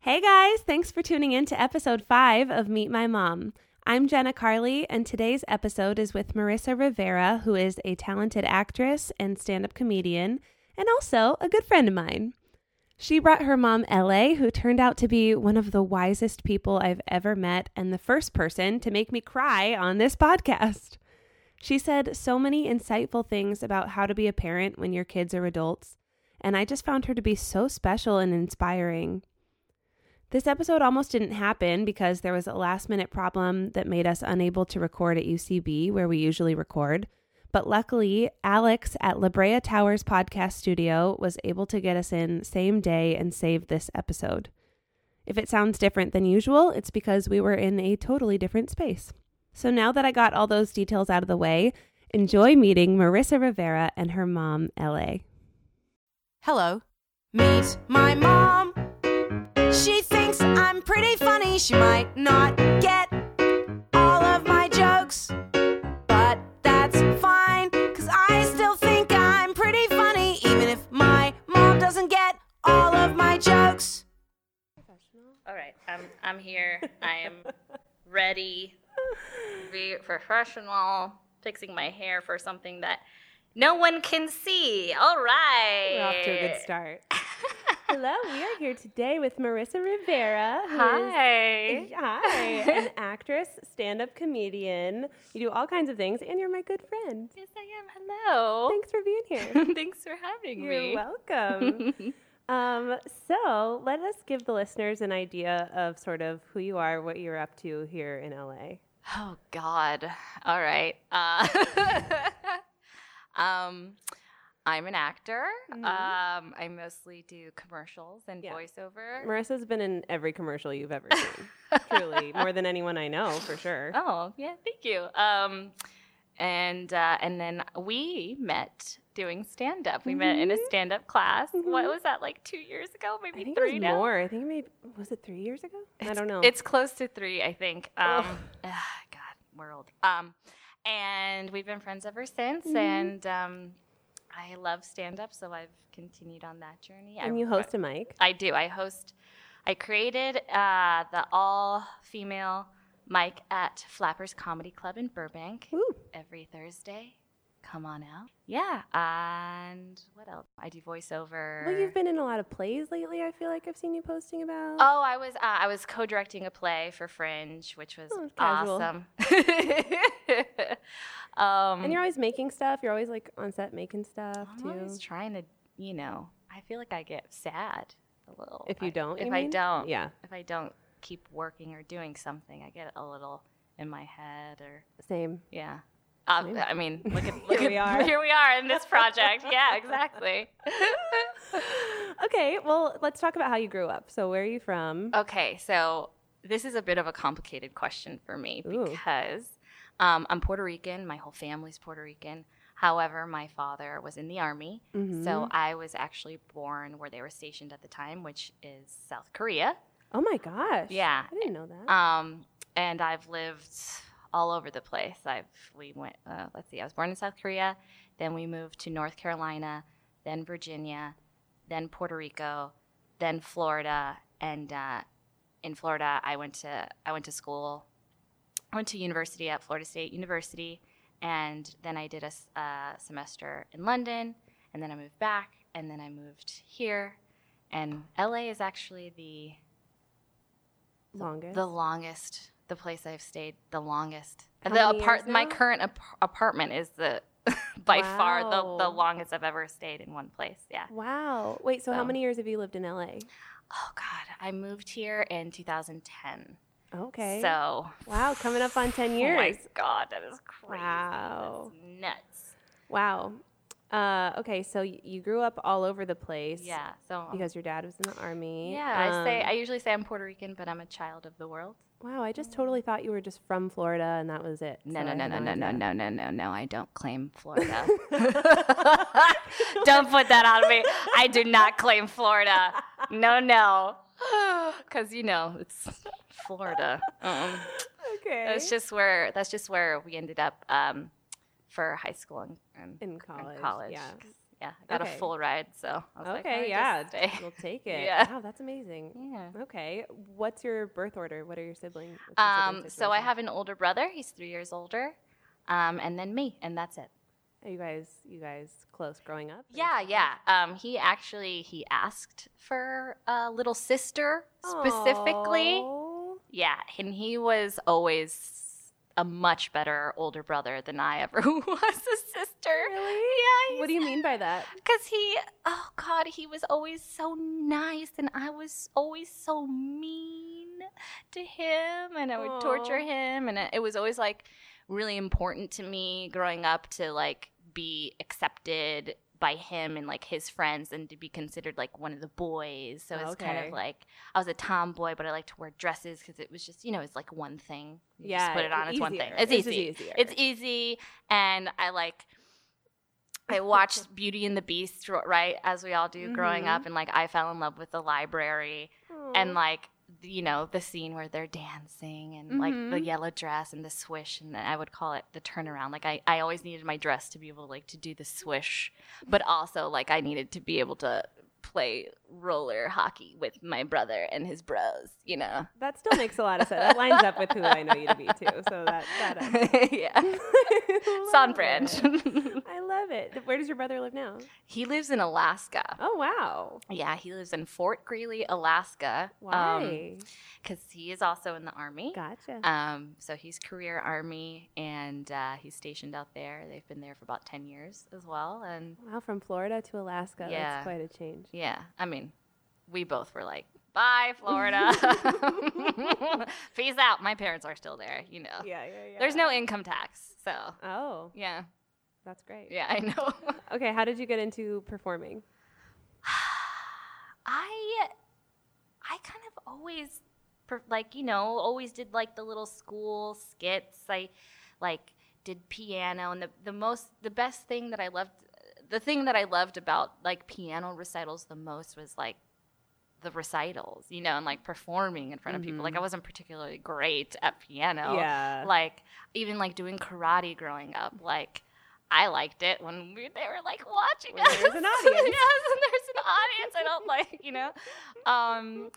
Hey guys, thanks for tuning in to episode five of Meet My Mom. I'm Jenna Carley, and today's episode is with Marissa Rivera, who is a talented actress and stand up comedian, and also a good friend of mine. She brought her mom, LA, who turned out to be one of the wisest people I've ever met and the first person to make me cry on this podcast. She said so many insightful things about how to be a parent when your kids are adults, and I just found her to be so special and inspiring. This episode almost didn't happen because there was a last minute problem that made us unable to record at UCB, where we usually record. But luckily, Alex at La Brea Towers Podcast Studio was able to get us in same day and save this episode. If it sounds different than usual, it's because we were in a totally different space. So now that I got all those details out of the way, enjoy meeting Marissa Rivera and her mom, LA. Hello. Meet my mom. She thinks I'm pretty funny. She might not get all of my jokes, but that's fine, cause I still think I'm pretty funny, even if my mom doesn't get all of my jokes. All right, I'm I'm here. I am ready, be professional, fixing my hair for something that no one can see. All right, We're off to a Eh. good start. Hello, we are here today with Marissa Rivera. who is- Hi. Hi, an actress, stand up comedian. You do all kinds of things, and you're my good friend. Yes, I am. Hello. Thanks for being here. Thanks for having You're Oh. me. welcome. um, so, let us give the listeners an idea of sort of who you are, what you're up to here in LA. Oh God! All right. Uh, um, I'm an actor. Mhm. Um, I mostly do commercials and Yeah. voiceover. Marissa's been in every commercial you've ever seen, truly, more than anyone I know, for sure. Oh yeah, thank you. Um, and uh, and then we met doing stand up. We met in a Mhm. stand up class. What Mhm. was that like two years ago? Maybe I think it three was now. more. I think maybe was it three years ago? I It's- don't know. It's close to three, I think. Um, Ugh. ah, God, world. Um, and we've been friends ever since. Mhm. And um, I love stand up, so I've continued on that journey. I and you wrote- host a mic. I do. I host. I created uh, the all female mic at Flappers Comedy Club in Burbank Woo. every Thursday. Come on out. Yeah. And what else? I do voiceover. Well, you've been in a lot of plays lately. I feel like I've seen you posting about. Oh, I was uh, I was co-directing a play for Fringe, which was Oh, casual. awesome. um, and you're always making stuff. You're always like on set making stuff I'm too. always trying to, you know, I feel like I get sad a little If you I- don't, If you I mean? don't, Yeah, if I don't keep working or doing something, I get a little in my head or same. yeah. Uh, Same. I mean, look at look Here we at are. here we are in this project. yeah, exactly. okay, well, let's talk about how you grew up. So, where are you from? okay, so this is a bit of a complicated question for me Ooh. because um, I'm Puerto Rican. My whole family's Puerto Rican. However, my father was in the army, so Mhm. I was actually born where they were stationed at the time, which is South Korea. oh my gosh. Yeah. I didn't know that. Um, and I've lived all over the place. I've we went. Uh, let's see. I was born in South Korea, then we moved to North Carolina, then Virginia, then Puerto Rico, then Florida, and uh, in Florida, I went to I went to school, I went to university at Florida State University, and then I did a s- uh, semester in London, and then I moved back, and then I moved here, and LA is actually the Longest. the longest, the place I've stayed the longest. How the many apart, years my now? current ap- apartment is the by far the, Wow. the longest I've ever stayed in one place. Yeah. wow. Wait, so, how uh, So- many years have you lived in LA? Oh God, I moved here in 2010. Okay. So. wow, coming up on 10 Oh my years. God, that is crazy. Wow. That's nuts. wow. Uh, okay, so y- you grew up all over the place. Yeah. So. Because your dad was in the army. yeah, I say Um, I usually say I'm Puerto Rican, but I'm a child of the world. Wow, I just totally thought you were just from Florida and that was it. Um, No, so no, I no, had no, no, no, idea. no, no, no, no. I don't claim Florida. don't put that on me. I do not claim Florida. No, no. Because you know it's Florida. Um, Okay. that's just where that's just where we ended up um, for high school and, and in college. college, Yeah. 'cause, Yeah, I got Okay. a full ride, so I was like, "Why Okay, don't I yeah, just stay?" we'll take it. Yeah. Wow, that's amazing. yeah. Okay, what's your birth order? What are your siblings? what's your sibling Um, so I situation? have an older brother. He's three years older, um, and then me, and that's it. Are you guys, you guys close growing up? or- Yeah, yeah. Um, he actually he asked for a little sister specifically. Aw. Yeah, and he was always a much better older brother than I ever was a sister. Really? Yeah. What do you mean by that? Because he, oh God, he was always so nice, and I was always so mean to him, and I would Aw. torture him, and it- it was always like really important to me growing up to like be accepted by him and like his friends and to be considered like one of the boys. So it's kind Okay. of like I was a tomboy, but I liked to wear dresses because it was just you know it's like one thing. You yeah, just put it on. It's one thing. easier. It's This is easy. easier. It's easy, and I like. I watched Beauty and the Beast, r- right, as we all do growing Mhm. up, and like I fell in love with the library Aw. and like you know the scene where they're dancing and like the Mhm. yellow dress and the swish, and I would call it the turnaround. Like I, I always needed my dress to be able to like to do the swish, but also like I needed to be able to play roller hockey with my brother and his bros, you know. that still makes a lot of sense. That lines up with who I know you to be too. So that that. uh, adds up. yeah, I Son love Branch. it. I love it. Th- Where does your brother live now? He lives in Alaska. Oh wow. Yeah, he lives in Fort Greely, Alaska. Why? Because he is also in the Army. gotcha. Um, so he's career Army, and uh, he's stationed out there. They've been there for about ten years as well. And wow, from Florida to Alaska. yeah. That's quite a change. yeah, I mean, we both were like, "Bye, Florida. Peace out." My parents are still there. You know, Yeah, yeah, yeah. there's no income tax, so Oh, yeah, that's great. yeah, I know. Okay, how did you get into performing? I I kind of always per- like you know always did like the little school skits. I like did piano and the the most the best thing that I loved the thing that I loved about like piano recitals the most was like the recitals, you know, and like performing in front of people. Like I wasn't particularly great at piano Yeah. like even like doing karate growing up like i liked it when we, they were like watching When us there's an audience. yes and there's an audience i don't like you know um,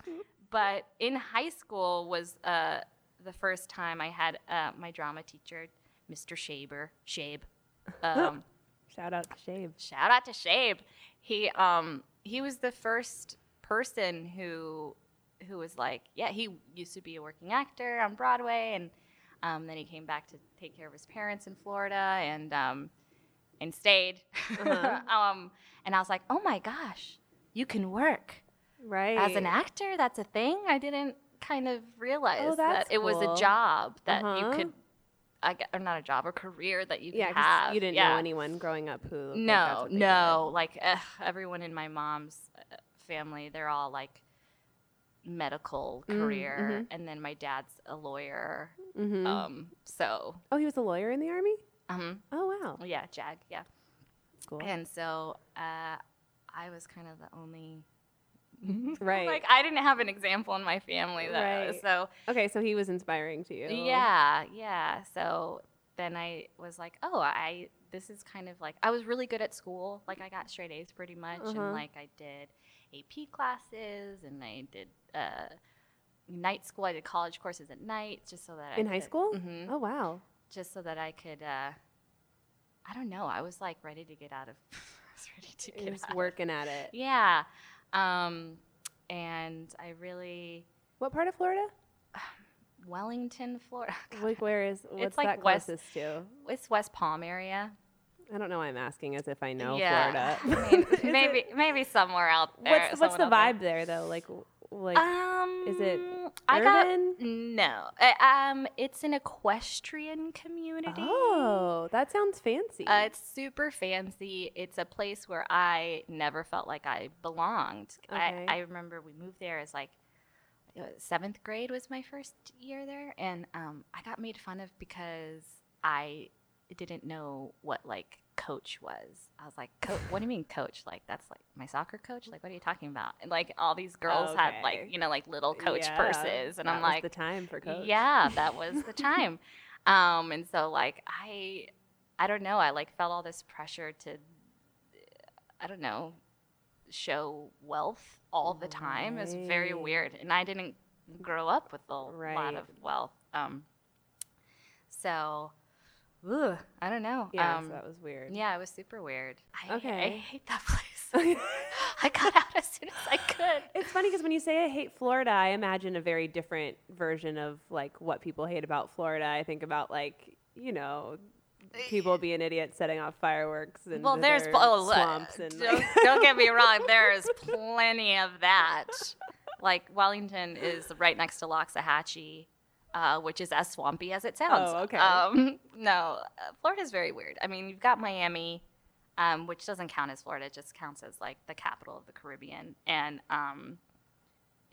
but in high school was uh, the first time i had uh, my drama teacher mr shaber shabe um, Shout out to Shave. shout out to Shabe. He um he was the first person who who was like, yeah, he used to be a working actor on Broadway, and um, then he came back to take care of his parents in Florida, and um, and stayed. Uh-huh. um, and I was like, oh my gosh, you can work Right. as an actor. That's a thing. I didn't kind of realize that Oh, that's it was cool. a job that Uh-huh. you could. I gue- or not a job, a career that you could Yeah, 'cause have. you didn't Yeah. know anyone growing up who. like, that's No, what they did. no. Like ugh, everyone in my mom's uh, family, they're all like medical Mm, career, and then my dad's a lawyer. Mhm. Um, so oh, he was a lawyer in the army. um, Oh wow, yeah, Jag, yeah. cool. And so uh, I was kind of the only. Right. Like I didn't have an example in my family though, Right. so okay, so he was inspiring to you. Yeah, yeah. So then I was like, oh, I this is kind of like I was really good at school. Like I got straight A's pretty much, Uh-huh. and like I did AP classes and I did uh, night school. I did college courses at night just so that I In high could- school? Mhm. Oh wow. just so that I could. Uh, I don't know. I was like ready to get out of. I was ready to get He was out. working at it. Yeah, um, and I really What part of Florida? Wellington, Florida. Like where is? What's like that west- closest to? It's West Palm area. I don't know. why I'm asking as if I know Florida. I mean, Is it- maybe maybe somewhere out there. what's the, what's the someone out vibe there though? Like w- like there. Um, Is it I got urban? no. I, um, it's an equestrian community. oh, that sounds fancy. Uh, it's super fancy. It's a place where I never felt like I belonged. Okay. I, I remember we moved there as like uh, seventh grade was my first year there, and um, I got made fun of because I didn't know what like coach was. I was like, coach? What do you mean coach? Like that's like my soccer coach? Like what are you talking about? And like all these girls had like Okay. you know like little coach Yeah, purses, and that I'm was like, the time for coach. yeah, that was the time. um, and so like I, I don't know. I like felt all this pressure to. I don't know, show wealth all the time is very Right. weird. And I didn't grow up with a Right. lot of wealth. Um, so, ugh, I don't know. Yeah, um, so that was weird. yeah, it was super weird. I, I Okay. hate that place. I got out as soon as I could. It's funny because when you say I hate Florida, I imagine a very different version of like what people hate about Florida. I think about like you know people being idiots setting off fireworks and Eh. Well, there's their oh, look, swamps and don't, like- don't get me wrong, there is plenty of that. Like Wellington is right next to Loxahatchee, uh, which is as swampy as it sounds. Oh, okay. Um, no, uh, Florida's very weird. I mean, you've got Miami, um, which doesn't count as Florida; it just counts as like the capital of the Caribbean, and um,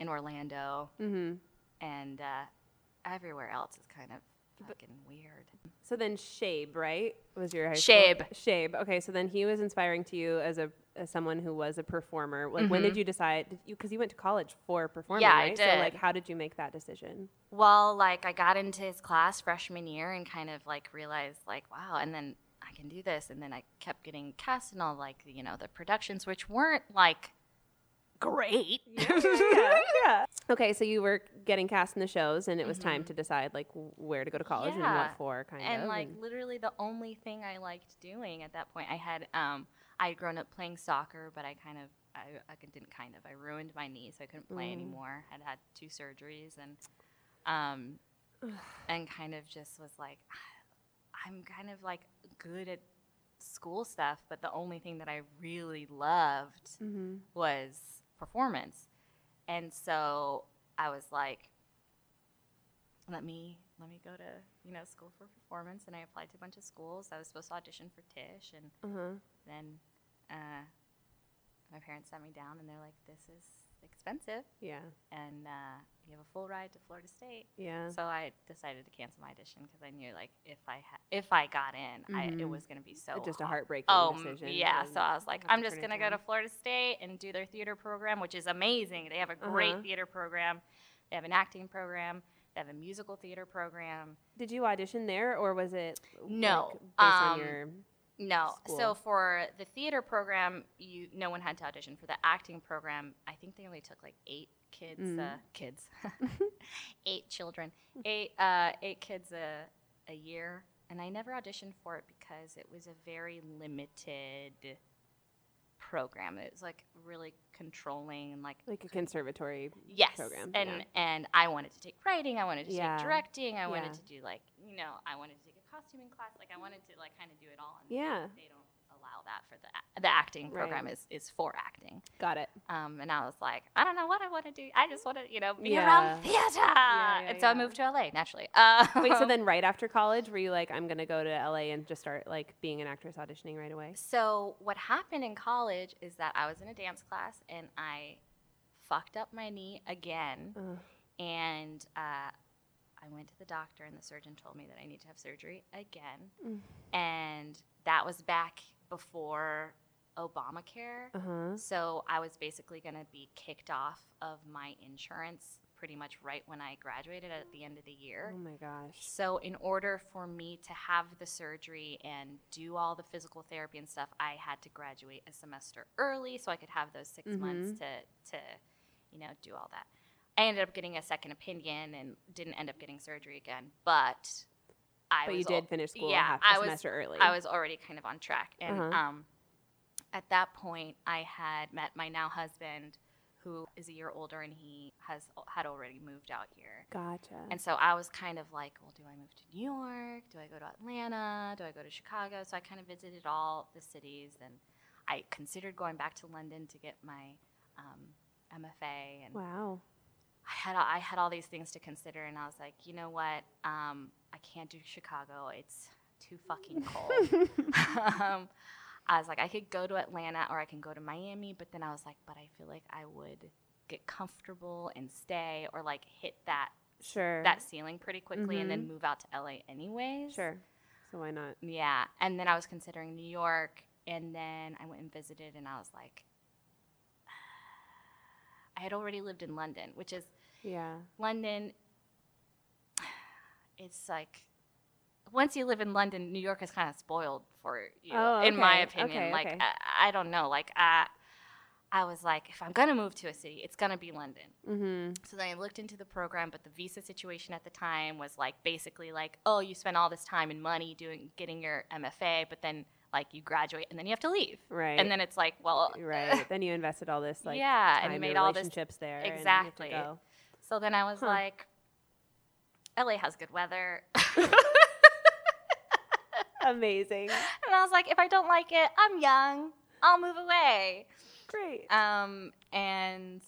in Orlando, Mhm. and uh, everywhere else is kind of fucking weird. So then Shabe, right, was your high Shabe. School? Shabe. Okay, so then he was inspiring to you as a as someone who was a performer. Like, when did you decide? Did you because you went to college for performing, Mm-hmm. Yeah, I right? So did. like, how did you make that decision? Well, like I got into his class freshman year and kind of like realized like wow, and then I can do this, and then I kept getting cast in all like you know the productions which weren't like great. yeah, yeah. Okay, so you were getting cast in the shows, and it was time to decide like w- where to go to college and Mm-hmm. Yeah, what for, kind and of. like literally the only thing I liked doing at that point, I had um I had grown up playing soccer, but I kind of I, I could- didn't kind of I ruined my knee, so I couldn't Mm. play anymore. I'd had two surgeries and um and kind of just was like I'm kind of like good at school stuff, but the only thing that I really loved mm-hmm. was performance. And so I was like, let me let me go to, you know, school for performance and I applied to a bunch of schools. I was supposed to audition for Tish and uh-huh. then uh, my parents sat me down and they're like, This is expensive Yeah, and uh, you have a full ride to Florida State. yeah. So I decided to cancel my audition because I knew like if I ha- if I got in, I, it Mhm. was going to be so Just a hard. heartbreaking Oh m- decision. yeah, and so I was like, have to I'm just turn it gonna go to down. Florida State and do their theater program, which is amazing. They have a great Uh-huh. theater program. They have an acting program. They have a musical theater program. Did you audition there, or was it No, like, based on um, your? No, so School. for the theater program, you no one had to audition. For the acting program, I think they only took like eight kids, uh, Mm. kids, eight children, eight uh, eight kids a a year. And I never auditioned for it because it was a very limited program. It was like really controlling and like Like a conservatory. yes program, and yeah. and i wanted to take writing i wanted to Yeah. take directing i wanted Yeah. to do like you know i wanted to take a costuming class like i wanted to like kind of do it all and Yeah. they don't allow that for the a- the acting Right. program is is for acting Got it. um and i was like i don't know what i want to do i just want to you know be Yeah. around theater Yeah, yeah, and so yeah. i moved to la naturally uh Wait, so then right after college, were you like, I'm gonna go to LA and just start like being an actress auditioning right away? So what happened in college is that I was in a dance class and I fucked up my knee again, Ugh. and uh, I went to the doctor and the surgeon told me that I need to have surgery again, Mm. and that was back before Obamacare. Uh huh. So I was basically going to be kicked off of my insurance pretty much right when I graduated at the end of the year. Oh my gosh. So, in order for me to have the surgery and do all the physical therapy and stuff, I had to graduate a semester early so I could have those 6 Mm-hmm. months to, to, you know, do all that. I ended up getting a second opinion and didn't end up getting surgery again, but I but was you al- did finish school yeah, half a I was- semester early. I was already kind of on track. And Uh-huh. um, at that point, I had met my now husband, who is a year older, and he has had already moved out here. Gotcha. And so I was kind of like, well, do I move to New York? Do I go to Atlanta? Do I go to Chicago? So I kind of visited all the cities, and I considered going back to London to get my um, MFA. And wow. I had I had all these things to consider, and I was like, you know what? Um, I can't do Chicago. It's too fucking cold. um, I was like, I could go to Atlanta or I can go to Miami, but then I was like, but I feel like I would get comfortable and stay or like hit that Sure. Mm-hmm. that ceiling pretty quickly and then move out to LA anyways. sure. So why not? Yeah. And then I was considering New York and then I went and visited and I was like I had already lived in London, which is Yeah. London it's like once you live in London, New York is kind of spoiled for you, Oh, in my okay, opinion. okay, like okay. I, I don't know. Like I, I was like, if I'm gonna move to a city, it's gonna be London. Mm-hmm. So then I looked into the program, but the visa situation at the time was like basically like, oh, you spend all this time and money doing getting your MFA, but then like you graduate and then you have to leave, Right. and then it's like, well, right. then you invested all this like yeah, time and made your all this relationships there. Exactly. And you have to go. So then I was Huh. like, LA has good weather. Amazing. And I was like, if I don't like it, I'm young. I'll move away. Great. Um, and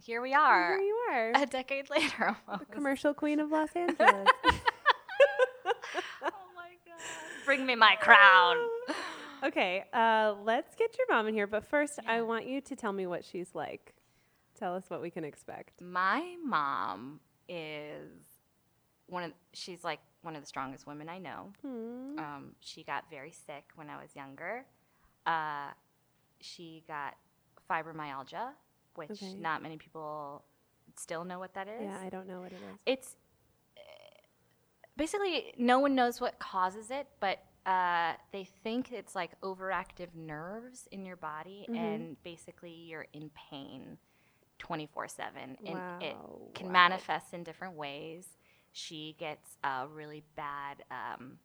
here we And are, Here you are. a decade later. Almost. the commercial queen of Los Angeles. oh my god! Bring me my crown. okay, uh, let's get your mom in here. But first, I Yeah. want you to tell me what she's like. Tell us what we can expect. My mom is one of. She's like one of the strongest women I know. Hmm. Um, she got very sick when I was younger. Uh, she got fibromyalgia, which Okay. not many people still know what that is. Yeah, I don't know what it is. it's uh, basically no one knows what causes it, but uh, they think it's like overactive nerves in your body, Mhm. and basically you're in pain 24 7. And it Wow, can wow. manifest in different ways. She gets uh, really bad, um,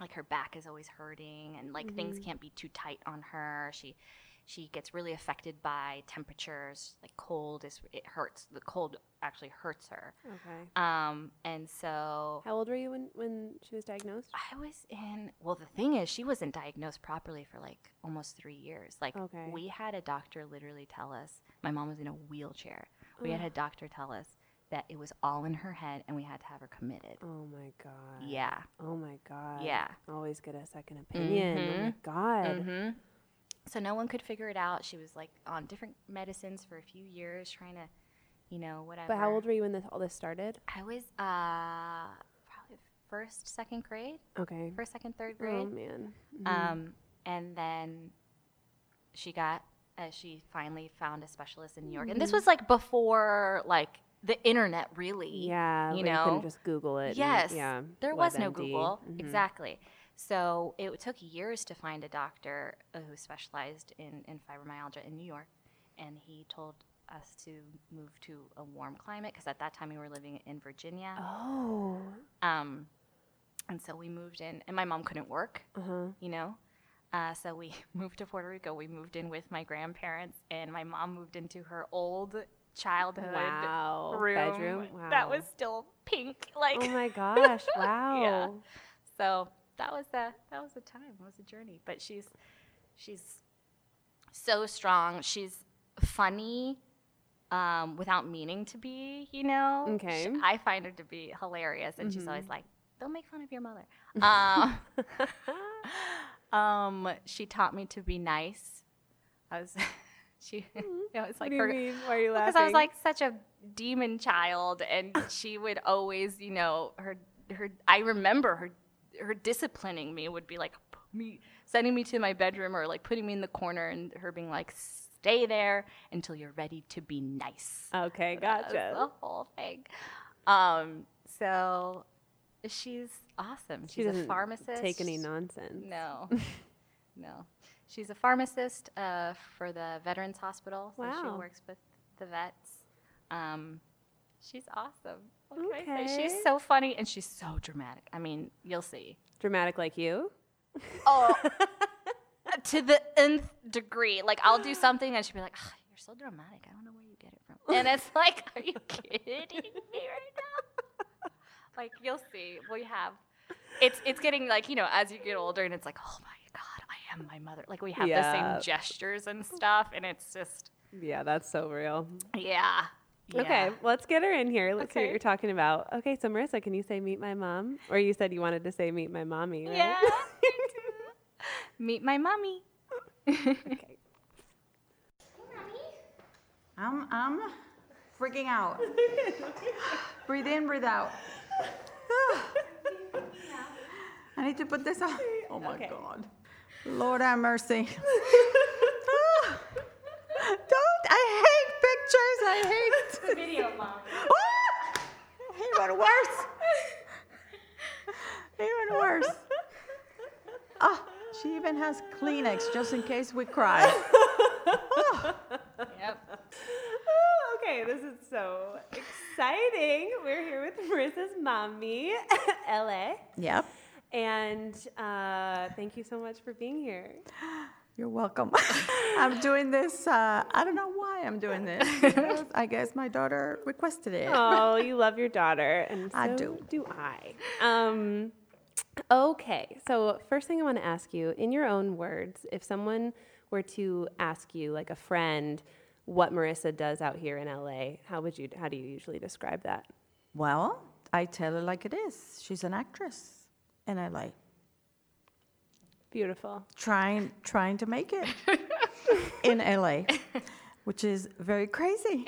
like her back is always hurting, and like things Mhm. can't be too tight on her. She she gets really affected by temperatures, like cold is it hurts. The cold actually hurts her. Okay. Um, and so How old were you when, when she was diagnosed? I was in. Well, the thing is, she wasn't diagnosed properly for like almost three years. Like Okay. we had a doctor literally tell us my mom was in a wheelchair. We had Ugh. a doctor tell us that it was all in her head, and we had to have her committed. Oh my god. Yeah. Oh my god. Yeah. Mm-hmm. Always get a second opinion. Oh my god. hmm So no one could figure it out. She was like on different medicines for a few years, trying to, you know, whatever. But how old were you when this all this started? I was uh probably first, second grade, Okay. first, second, third grade. Oh man. Mhm. Um, and then she got, uh, she finally found a specialist in New York. And Mm-hmm. this was like before like the internet really. yeah. you where couldn't know, just Google it. and- Yes. yeah. There was no WebMD. Google. Mhm. Exactly. So it took years to find a doctor uh, who specialized in, in fibromyalgia in New York. And he told us to move to a warm climate because at that time we were living in Virginia. Oh. Um, and so we moved in, and my mom couldn't work Uh huh. you know? Uh, so we moved to Puerto Rico. We moved in with my grandparents, and my mom moved into her old childhood Wow. room Bedroom. Wow. that was still pink. Like Oh my gosh! Wow. so, that was a that was a time. That was a journey. But she's she's so strong. She's funny um, without meaning to be. You know? Okay. She- I find her to be hilarious, and she's Mhm. always like, "Don't make fun of your mother." Um, um, she taught me to be nice. I was, she, I was Mm-hmm. what like do you her, mean? Why are you laughing? because I was like such a demon child, and she would always, you know, her, her. I remember her, her disciplining me would be like put me sending me to my bedroom or like putting me in the corner, and her being like, "Stay there until you're ready to be nice." Okay, That was Oh, gotcha. The whole thing. Um, so she's awesome. She's She a doesn't pharmacist. Take any nonsense. No, no. She's a pharmacist uh, for the Veterans Hospital. So Wow. She works with the vets. Um, she's awesome. What can I say? Okay. She's so funny and she's so dramatic. I mean, you'll see. Dramatic like you. Oh, to the nth degree. Like, I'll do something and she'll be like, "Ah, You're so dramatic. I don't know where you get it from. And it's like, Are you kidding me right now? Like, you'll see. We have. It's, it's getting like, you know, as you get older and it's like, Oh my God, I am my mother. Like, we have the Yeah. same gestures and stuff. And it's just, Yeah, that's so real. yeah. Okay, yeah. let's get her in here. Let's see what Okay. you're talking about. Okay, so Marissa, can you say meet my mom? Or you said you wanted to say meet my mommy, right? Yeah. me too. Meet my mommy. okay. I'm I'm freaking out. breathe in, breathe out. I need to put this on. Oh my God. Lord have mercy. Don't. I hate pictures. I hate. video, mom. Ah! I hate what worse. Even worse. Ah, she even has Kleenex just in case we cry. Yep. okay, this is so exciting. We're here with Marissa's mommy, LA. Yep. And uh, thank you so much for being here. You're welcome. I'm doing this. Uh, I don't know why I'm doing this. I guess my daughter requested it. Oh, you love your daughter, and so I do. Do I? Um, okay. So first thing I want to ask you, in your own words, if someone were to ask you, like a friend, what Marissa does out here in LA, how would you? How do you usually describe that? Well, I tell her like it is. She's an actress, and I like Beautiful. trying trying to make it in LA, which is very crazy.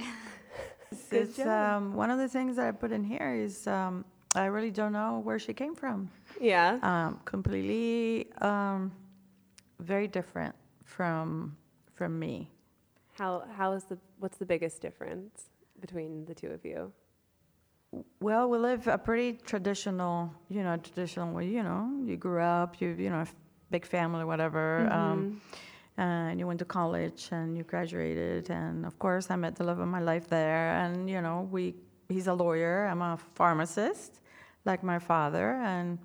It's um, one of the things that I put in here is um, I really don't know where she came from. Yeah. Um, completely, um, very different from from me. How how is the what's the biggest difference between the two of you? Well, we live a pretty traditional, you know, traditional way. You know, you grew up, you you know, f- big family, whatever, um, and you went to college and you graduated, and of course, I met the love of my life there. And you know, we he's a lawyer, I'm a pharmacist, like my father, and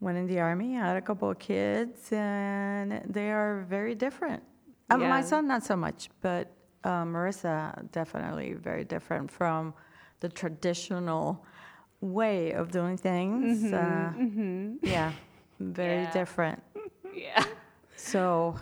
went in the army. I had a couple of kids, and they are very different. I mean, my Yeah. son, not so much, but uh, Marissa, definitely very different from the traditional way of doing things. uh, Yeah, very Yeah. different. Yeah. So,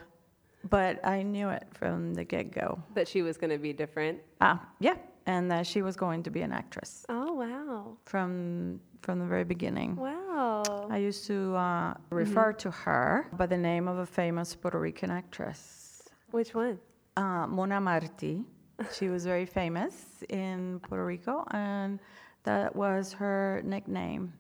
but I knew it from the get go. That she was going to be different. Uh, yeah, and that she was going to be an actress Oh wow, from from the very beginning. wow. I used to uh, Mm-hmm. refer to her by the name of a famous Puerto Rican actress, Which one? uh, Mona Marti. She was very famous in Puerto Rico, and that was her nickname.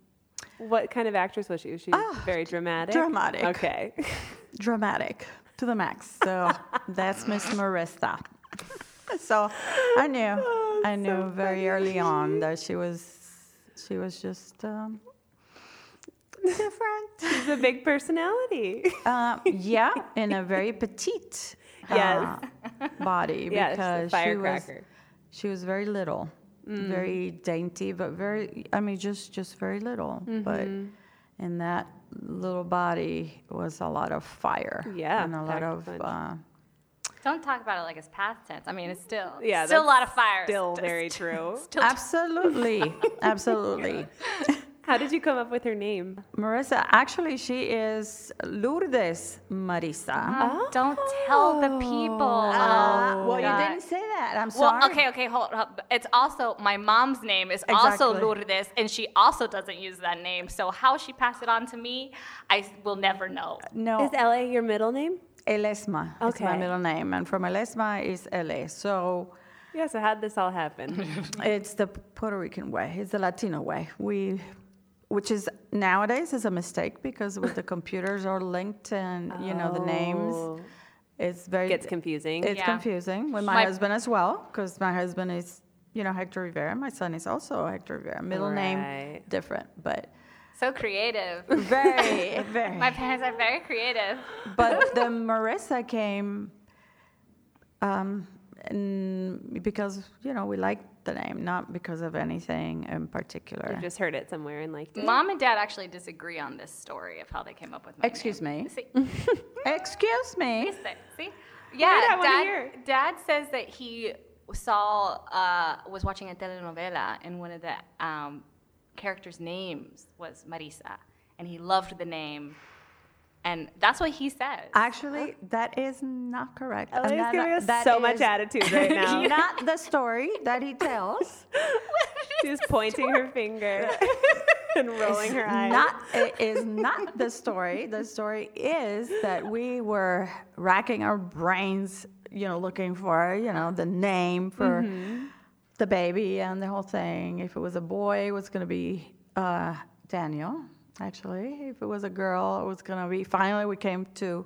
What kind of actress was she? Was she very dramatic? Ah, dramatic. Okay. Dramatic to the max. So that's Miss Marissa. So I knew, Oh, I knew very early on that she was, she was just um, different. She's a big personality. Um, yeah, in a very petite Yes. uh, body Yeah, she's a because she was firecracker. she was very little, very dainty, but very I mean just just very little. But in that little body was a lot of fire. Yeah, and a lot packed a of punch. uh, Don't talk about it like it's past tense. I mean, it's still Yeah, still a that's lot of fire. Still very true. absolutely, absolutely. How did you come up with her name? Marissa, actually, she is Lourdes Oh, Marisa. Don't tell the people. Uh, Ah. well, you God. didn't say that. I'm sorry. Well, okay, okay, hold up. It's also my mom's name is also Exactly. Lourdes, and she also doesn't use that name. So how she passed it on to me, I s- will never know. No, Is LA your middle name? Elesma is my Okay. middle name, and from Elesma is Ele. So Yeah, so how'd this all happen? it's the Puerto Rican way, it's the Latino way. We, which is nowadays is a mistake because with the computers are linked and you know the names, Oh. it's very Gets confusing. It's Yeah. confusing with my, My- husband as well because my husband is you know Hector Rivera, my son is also Hector Rivera. Middle name Right. different, but So creative. very very. my parents are very creative. but the Marissa came um, n- because you know we liked the name, not because of anything in particular. You just heard it somewhere and liked it. Mom and dad actually disagree on this story of how they came up with my Excuse name. me? See, Excuse me. see, see? Yeah, I wanna hear. dad, dad says that he saw uh, was watching a telenovela and one of the um, characters' names was Marisa, and he loved the name, and that's what he says. Actually, that is not correct. LA is Another- giving us that so is much attitude right now. Not the story that he tells. She's pointing her finger and rolling her eyes. Not it is not the story. The story is that we were racking our brains, you know, looking for you know the name for Mm-hmm. the baby and the whole thing. If it was a boy, it was going to be uh, Daniel. Actually, if it was a girl, it was going to be. Finally, we came to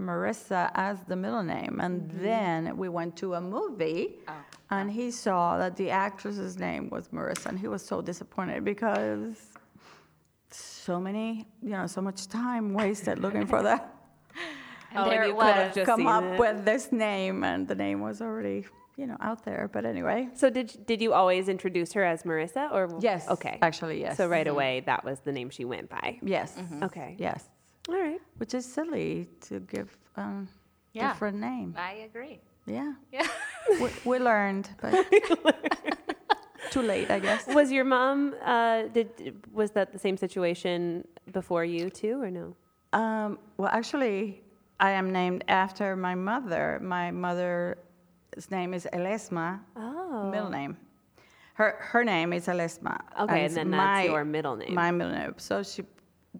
Marissa as the middle name, and Mm-hmm. then we went to a movie. Oh, And he saw that the actress's name was Marissa, and he was so disappointed because so many, you know, so much time wasted looking for that. And Oh, and there you it could have was. just- Come seen up it. with this name, and the name was already, you know, out there. But anyway, So did did you always introduce her as Marissa or Yes, Okay. actually, yes. So right away that was the name she went by. yes, Mm-hmm. Okay. yes, All right. which is silly to give um, Yeah. different name. I agree. Yeah, Yeah. we, we learned, but too late, I guess. Was your mom uh did was that the same situation before you too or no? Um, well, actually, I am named after my mother. My mother's name is Elesma, Oh. middle name. Her her name is Elesma. Okay, and it's then that's your middle name. My middle name. So she,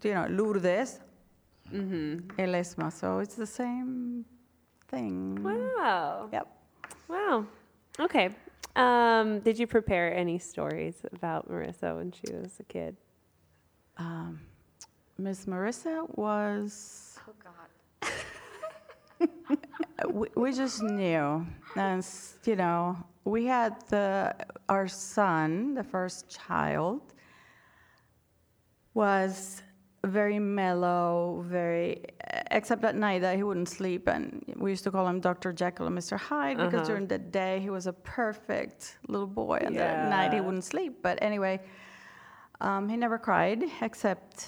you know, Lourdes, mm-hmm. Elesma. So it's the same thing. Wow. Yep. Wow. Okay. Um, did you prepare any stories about Marissa when she was a kid? Um, Miss Marissa was Oh God. we, we just knew and s- you know we had the our son the first child was very mellow very except at night that he wouldn't sleep and we used to call him dr jekyll and mr hyde because during the day he was a perfect little boy and then at night he wouldn't sleep but anyway um, he never cried except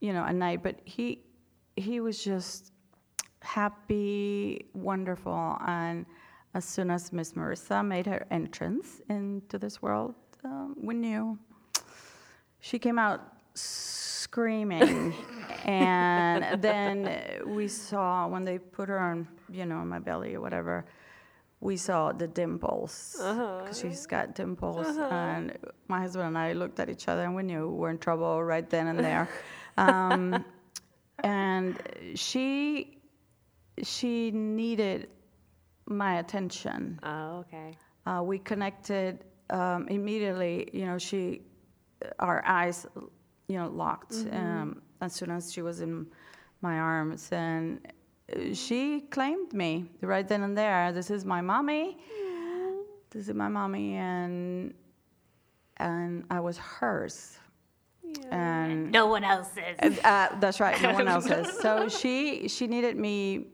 you know at night but he he was just happy wonderful and as soon as miss marissa made her entrance into this world um, we knew she came out screaming and then we saw when they put her on you know on my belly or whatever we saw the dimples 'cause she's got dimples and my husband and i looked at each other and we knew we were in trouble right then and there um, and she she needed my attention Oh, okay. uh, we connected um, immediately. You know, she, our eyes, you know, locked um, as soon as she was in my arms, and uh, she claimed me right then and there. This is my mommy. This is my mommy, and and I was hers. And No one else's. uh, that's right. No one else is. So she she needed me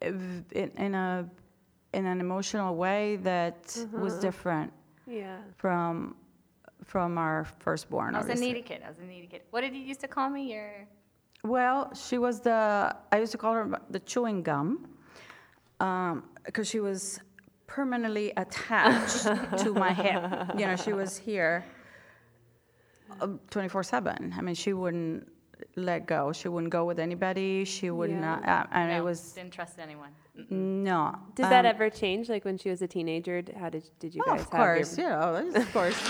in, in a in an emotional way that was Mm-hmm. different Yeah. from from our firstborn. I was a obviously. needy kid. I was a needy kid. What did you used to call me? Your Well, she was the, I used to call her the chewing gum because she was permanently attached to my hip. You know, she was here 24 7. I mean, she wouldn't let go. She wouldn't go with anybody. She would not. Uh, and it no, was, didn't trust anyone. no. Did that ever change? Like when she was a teenager, d- how did did you Oh, guys of have course, your you know, of course.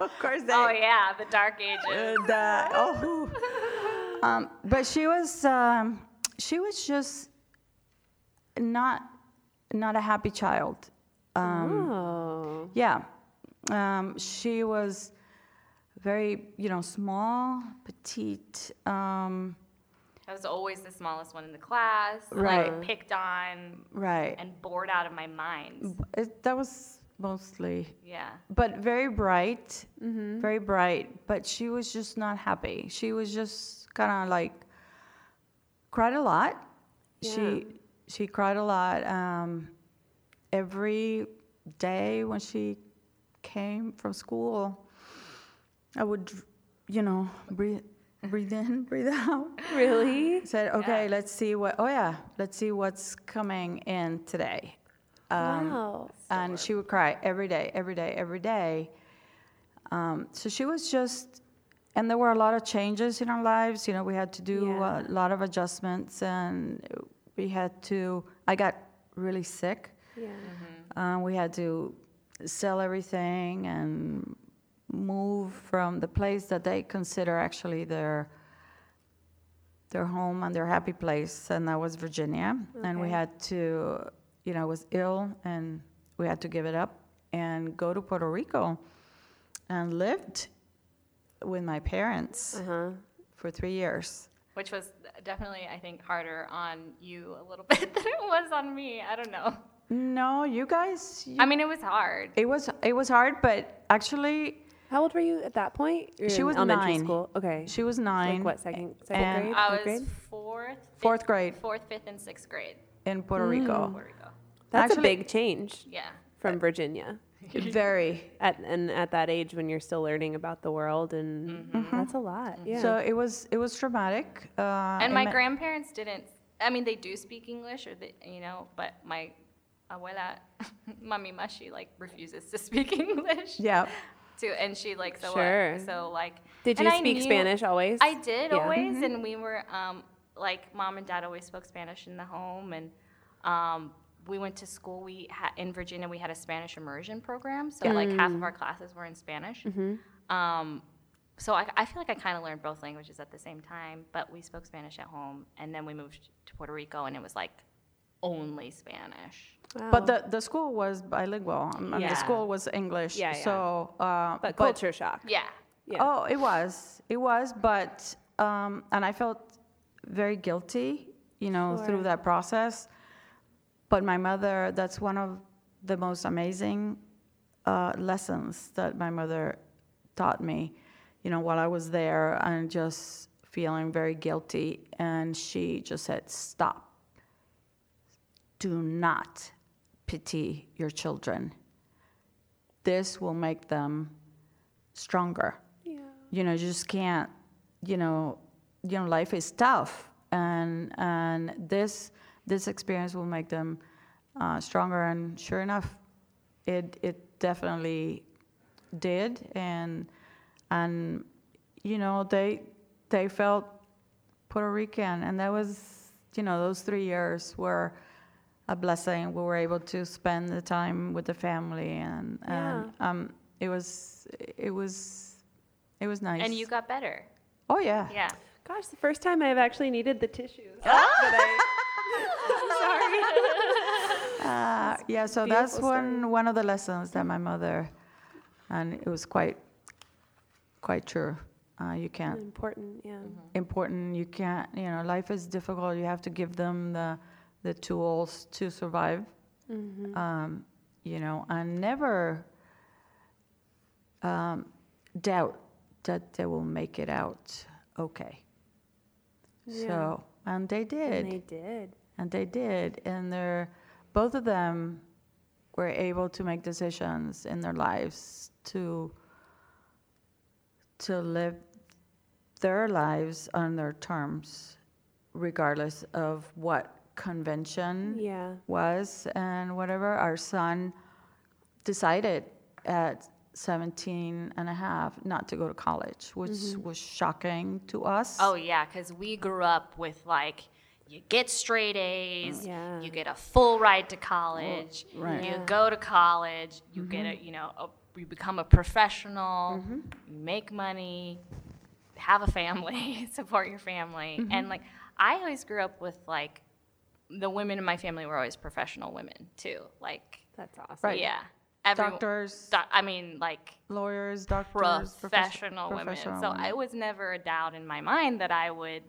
of course, they, Oh yeah, the dark ages. and, uh, oh, um, but she was um, she was just not not a happy child. Um, Oh. Yeah, um, she was very you know small, petite. Um, I was always the smallest one in the class. Right. Like picked on right. and bored out of my Mm. mind. It, that was mostly Yeah. but very bright, very bright. But she was just not happy. She was just kind of like cried a lot. She she cried a lot um, every day when she came from school. I would, you know, breathe breathe in, breathe out. Really? Said, okay, let's see what. Oh yeah, let's see what's coming in today wow. and she would cry every day, every day, every day. Um, so she was just, and there were a lot of changes in our lives. You know, we had to do Yeah. a lot of adjustments, and we had to. I got really sick. Yeah. Uh, we had to sell everything and move from the place that they consider actually their their home and their happy place, and that was Virginia. And we Okay. had to, you know, I was ill, and we had to give it up and go to Puerto Rico, and lived with my parents Uh-huh. for three years. Which was definitely, I think, harder on you a little bit than it was on me. I don't know. No, you guys, you I mean, it was hard. It was it was hard, but actually, How old were you at that point? You're She in was elementary nine. school. Okay. She was nine. Like what, second, second and- grade? I third was grade? fourth, fifth, Fourth grade. fourth, fifth, and sixth grade. in Puerto Rico. Puerto Rico. That's actually- a big change Yeah. from Virginia. Mm. Very. At, and at that age when you're still learning about the world and that's a lot. Yeah. So it was it was traumatic. Uh, And my ma- grandparents didn't. I mean, they do speak English, or they, you know, but my abuela, mami ma, she like refuses to speak English. Yeah. Too, and she like so. what? Sure. So like. Did and you I speak knew- Spanish always? I did Yeah. always, and we were um, like mom and dad always spoke Spanish in the home, and um, we went to school. We ha- in Virginia we had a Spanish immersion program, so like half of our classes were in Spanish. Um, so I, I feel like I kind of learned both languages at the same time, but we spoke Spanish at home, and then we moved to Puerto Rico, and it was like only Spanish. Wow. But the, the school was bilingual. I mean, Yeah. The school was English. Yeah, yeah. So, uh, but culture shock. Yeah, Yeah. Oh, it was. It was, but um, and I felt very guilty, you know, through that process. But my mother, that's one of the most amazing uh, lessons that my mother taught me, you know, while I was there and just feeling very guilty. And she just said, stop. Do not pity your children. This will make them stronger you know you just can't you know you know life is tough and and this this experience will make them uh, stronger and sure enough it it definitely did and and you know they they felt Puerto Rican and that was you know those 3 years were a blessing we were able to spend the time with the family and and um it was it was it was nice and you got better. Oh yeah. Yeah. Gosh, the first time I've actually needed the tissues. Uh, yeah. So that's one one of the lessons that my mother, and it was quite, quite true. Uh, you can't Important, yeah. Mm-hmm. important. You can't. You know, life is difficult. You have to give them the the tools to survive. Mm-hmm. Um, you know, and never um, doubt that they will make it out okay. So and they did. And they did. And they did. And they're, both of them were able to make decisions in their lives to to live their lives on their terms, regardless of what convention Yeah. was and whatever. Our son decided at 17 and a half not to go to college, which was shocking to us. Mm-hmm. Oh yeah, because we grew up with like you get straight A's, Yeah. you get a full ride to college, you go to college, you get Mm-hmm. a you know a, you become a professional, you make money, have a family, support your family, Mm-hmm. and like I always grew up with like the women in my family were always professional women too, like That's awesome. Right. yeah, Everyone- Doctors, doc- I mean like lawyers, doctors, profes- professional women. professional so women. I was never a doubt in my mind that I would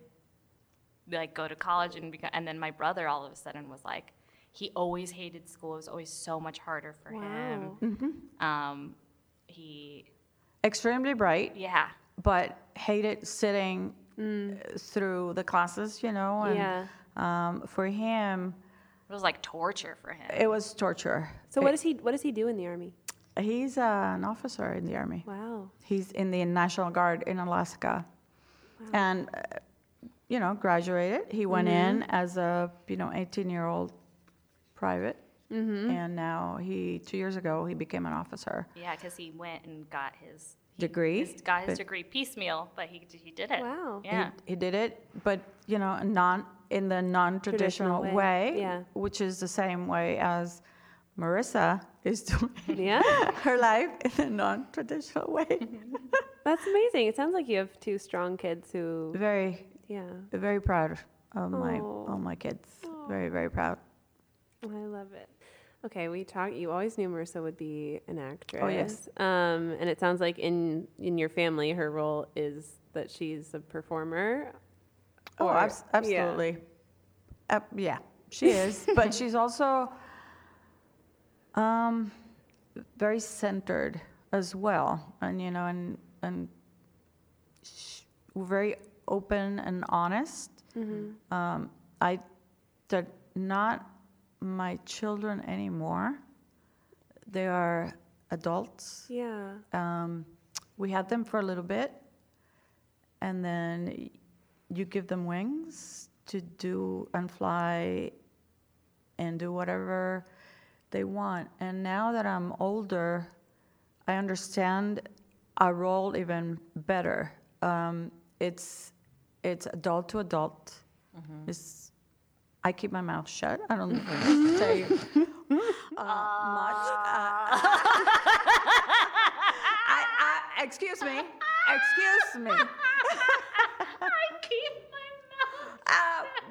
like go to college and become. And then my brother all of a sudden was like, he always hated school. It was always so much harder for him. Um, he, extremely bright. yeah, but hated sitting uh, through the classes, you know. And Mm. Yeah. um, for him, it was like torture for him. it was torture. So what does he what does he do in the army? He's uh, an officer in the army. Wow. He's in the National Guard in Alaska, and uh, you know, graduated. He went Mm-hmm. in as a you know 18 year old private, Mm-hmm. and now he two years ago he became an officer. Yeah, because he went and got his he Degree, his- got his but- degree piecemeal, but he he did it. Wow. he- Yeah. he, did it but you know non in the non-traditional way, way, yeah. which is the same way as marissa is doing Yeah. her life in a non-traditional way That's amazing. It sounds like you have two strong kids who very yeah. very proud of my Aw. all my kids very very proud Oh, I love it. Okay, we talk. You always knew Marissa would be an actress. Oh, yes. Um, and it sounds like in in your family, her role is that she's a performer. oh Or- abs- yeah. absolutely yeah. yeah she is but she's also um, very centered as well, and you know, and and sh- very open and honest. Mm-hmm. Um, I they're not my children anymore. They are adults. Yeah. Um, we had them for a little bit, and then y- you give them wings to do and fly and do whatever they want. And now that I'm older, I understand our role even better. Um, it's it's adult to adult. It's I keep my mouth shut. I don't say uh, much. Uh, I, I, excuse me. Excuse me. I keep my mouth.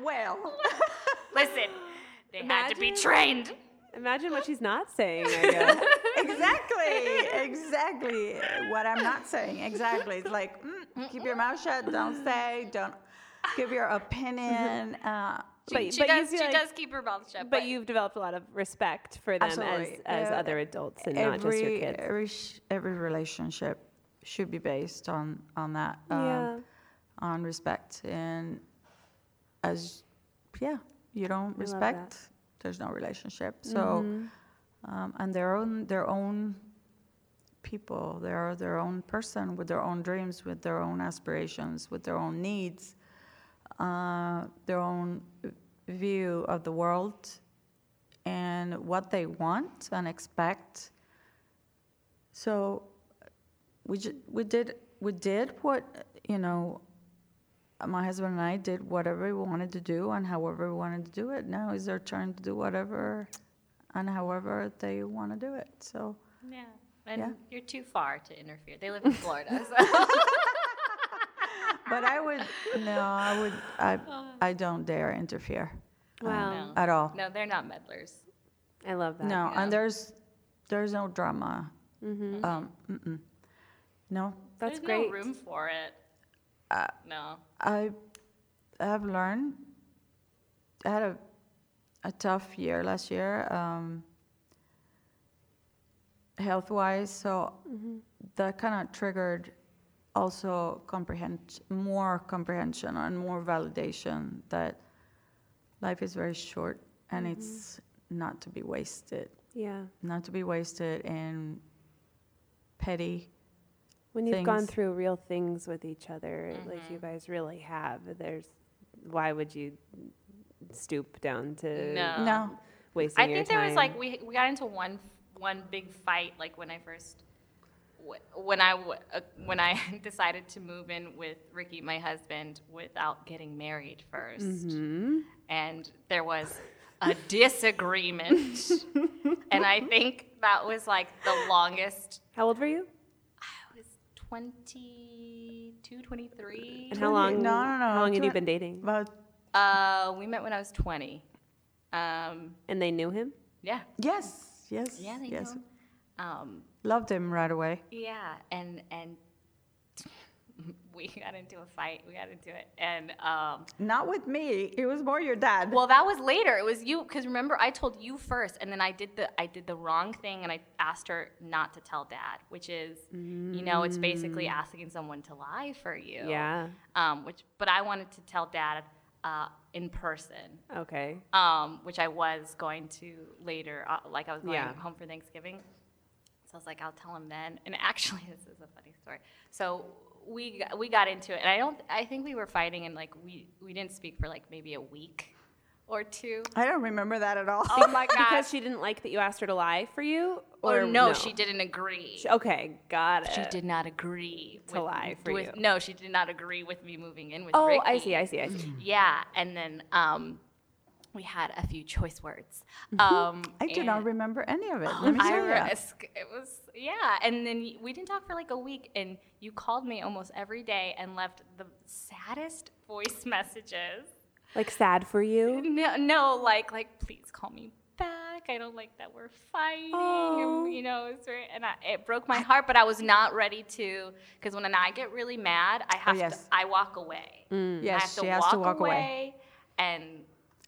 Uh, well, Listen, they had to be Imagine- trained. Imagine what she's not saying, I guess. exactly, exactly what I'm not saying. Exactly. It's like, mm, keep your mouth shut. Don't say. Don't give your opinion. Uh, but She but you does. feel She like- does keep her mouth shut. But you've developed a lot of respect for them as, Absolutely. as Yeah. other adults and not just your every kids. every sh- every relationship should be based on on that. Um, Yeah. On respect and as yeah, you love that. don't Mm-hmm. respect. There's no relationship. So, um, and their own their own people. They are their own person with their own dreams, with their own aspirations, with their own needs, uh, their own view of the world, and what they want and expect. So we ju- we did we did what you know. My husband and I did whatever we wanted to do and however we wanted to do it. Now it's their turn to do whatever and however they want to do it. So. yeah. And Yeah. you're too far to interfere. They live in Florida. So. But I would no, I would I I don't dare interfere Wow. no. at all. no, they're not meddlers. I love that. No, and there's there's no drama. Mm-hmm. Um, mm-mm. No, That's There's great. no Uh, room for it. no. I have learned. I had a a tough year last year, um, health wise. So that kind of triggered also comprehend more comprehension and more validation that life is very short and it's not to be wasted, Yeah. not to be wasted in petty. When you've gone things. through real things with each other, like you Mm-hmm. guys really have, there's why would you stoop down to No. no, wasting I your think there was time? like we we got into one one big fight like when I first wh- when I w- uh, when I decided to move in with Ricky, my husband, without getting married 1st Mm-hmm. and there was a disagreement, and I think that was like the longest. How old were you? I was 22, 23. And how long? no, no, no, How long had you been twen- dating? but Uh, we met when I was twenty. Um, And they knew him. yeah, yes, yes, yeah, they yes. know. Um, Loved him right away. Yeah, and and we got into a fight. We got into it, and um, Not with me. It was more your dad. well, that was later. It was you because remember I told you first, and then I did the I did the wrong thing, and I asked her not to tell dad, which is you know it's basically asking someone to lie for you. Yeah. Um, which, but I wanted to tell dad uh, in person Okay. um, which I was going to later, uh, like I was going Yeah. home for Thanksgiving. So I was like, I'll tell him then. And actually, this is a funny story. So we g- we got into it, and I don't. I think we were fighting, and like we we didn't speak for like maybe a week or two. I don't remember that at all. Oh my Because gosh! she didn't like that you asked her to lie for you, or no, she didn't agree. She- oh, Okay, got it. She did not agree To lie for with, you. No, she did not agree with me moving in with Oh, Ricky. I see. I see. I see. Yeah, and then um, we had a few choice words. Mm-hmm. Um, I do and- not remember any of it. Let me I tell you. risk. It was yeah, and then y- we didn't talk for like a week, and you called me almost every day and left the saddest voice messages. Like sad for you. No, no, like like please call me back. I don't like that we're fighting. Oh. You know, it's very, and I, it broke my heart, but I was not ready to because when I get really mad, I have Oh, yes. Mm. to. I walk away. I Yes, have to she walk has to walk away. away, and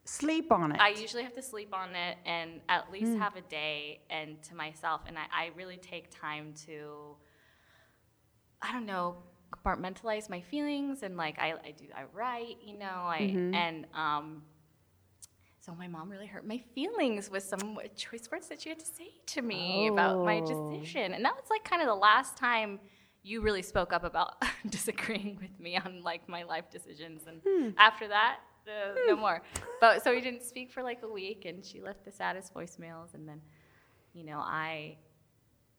sleep on it. I usually have to sleep on it and at least have a day and to myself. And I, I really take time to, I don't know, compartmentalize my feelings and like I, I do I write, you know, I and um. So my mom really hurt my feelings with some w- choice words that she had to say to me about my decision, and that was like kind of the last time you really spoke up about disagreeing with me on like my life decisions and after that uh, no more but so we didn't speak for like a week and she left the saddest voicemails and then you know i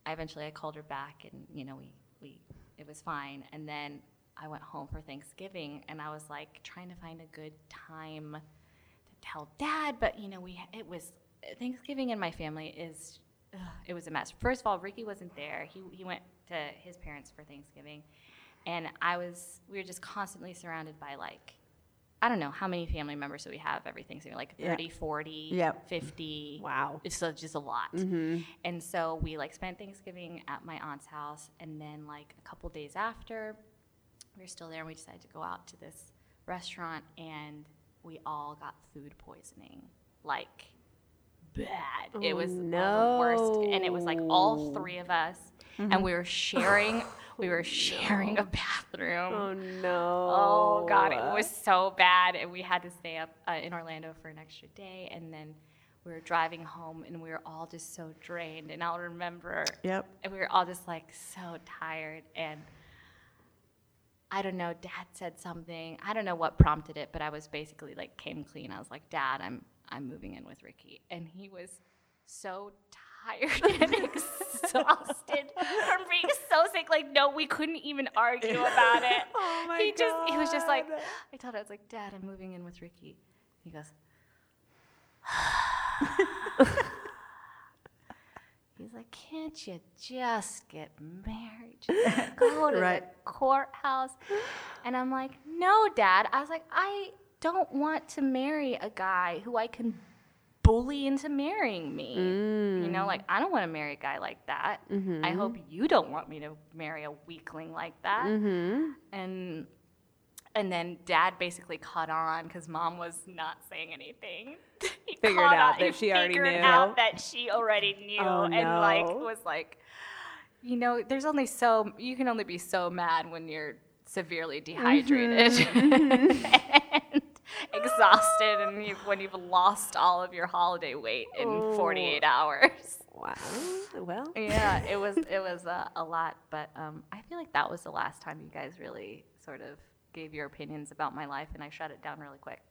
I eventually i called her back and you know we we it was fine and then i went home for thanksgiving and i was like trying to find a good time to tell dad but you know we it was thanksgiving in my family is ugh, it was a mess first of all ricky wasn't there he, he went to his parents for thanksgiving and i was we were just constantly surrounded by like i don't know how many family members do we have every thanksgiving like Yeah. 30 40 Yep. Mm-hmm. 50 Wow. it's so just a lot. And so we like spent Thanksgiving at my aunt's house, and then like a couple days after, we were still there, and we decided to go out to this restaurant, and we all got food poisoning, like bad. it was the worst, and it was like all three of us, Mm-hmm. and we were sharing. We were sharing a bathroom. Oh no. Oh God, it was so bad, and we had to stay up uh, in Orlando for an extra day, and then we were driving home, and we were all just so drained. And I'll remember, Yep. and we were all just like so tired, and I don't know. Dad said something. I don't know what prompted it, but I was basically like came clean. I was like, Dad, I'm I'm moving in with Ricky, and he was so tired and exhausted from being so sick. Like, no, we couldn't even argue about it. Oh my he just he was just like God. I told her I was like, Dad, I'm moving in with Ricky. He goes. He's like, can't you just get married? Just go to Right. the courthouse. And I'm like, no, Dad. I was like, I don't want to marry a guy who I can bully into marrying me. You Mm. know, like I don't want to marry a guy like that. I Mm-hmm. hope you don't want me to marry a weakling like that. Mm-hmm. And and then Dad basically caught on because Mom was not saying anything. he Figured caught out on- that he she already figured knew. out that she already knew, Oh, and like no. was like, you know, there's only so you can only be so mad when you're severely dehydrated Mm-hmm. and exhausted, and you've, when you've lost all of your holiday weight in 48 hours. Wow. Well, Oh. Yeah, it was it was uh, a, a lot, but um, I feel like that was the last time you guys really sort of gave your opinions about my life, and I shut it down really quick.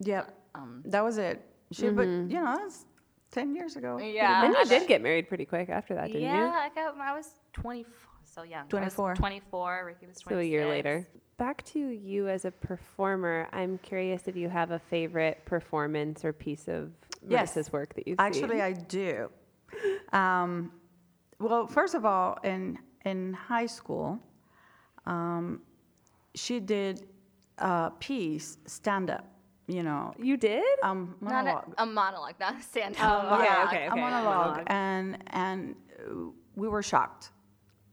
Yep. Um, Mm-hmm. That was it. She, but you know, that's ten years ago. Yeah, and I you did get married pretty quick after that, didn't yeah, you? I got I was 24, so young. I was 24. 24. Ricky was 26. So a year later. Back to you as a performer. I'm curious if you have a favorite performance or piece of Yes. Marissa's work that you've Actually, seen. I do. Um, well, first of all, in in high school, um, she did a piece stand up. You know, you did. um, Not a, monologue. a monologue, not a stand-up. monologue. yeah, Yeah, Oh, okay, a okay, monologue, and and uh, we were shocked.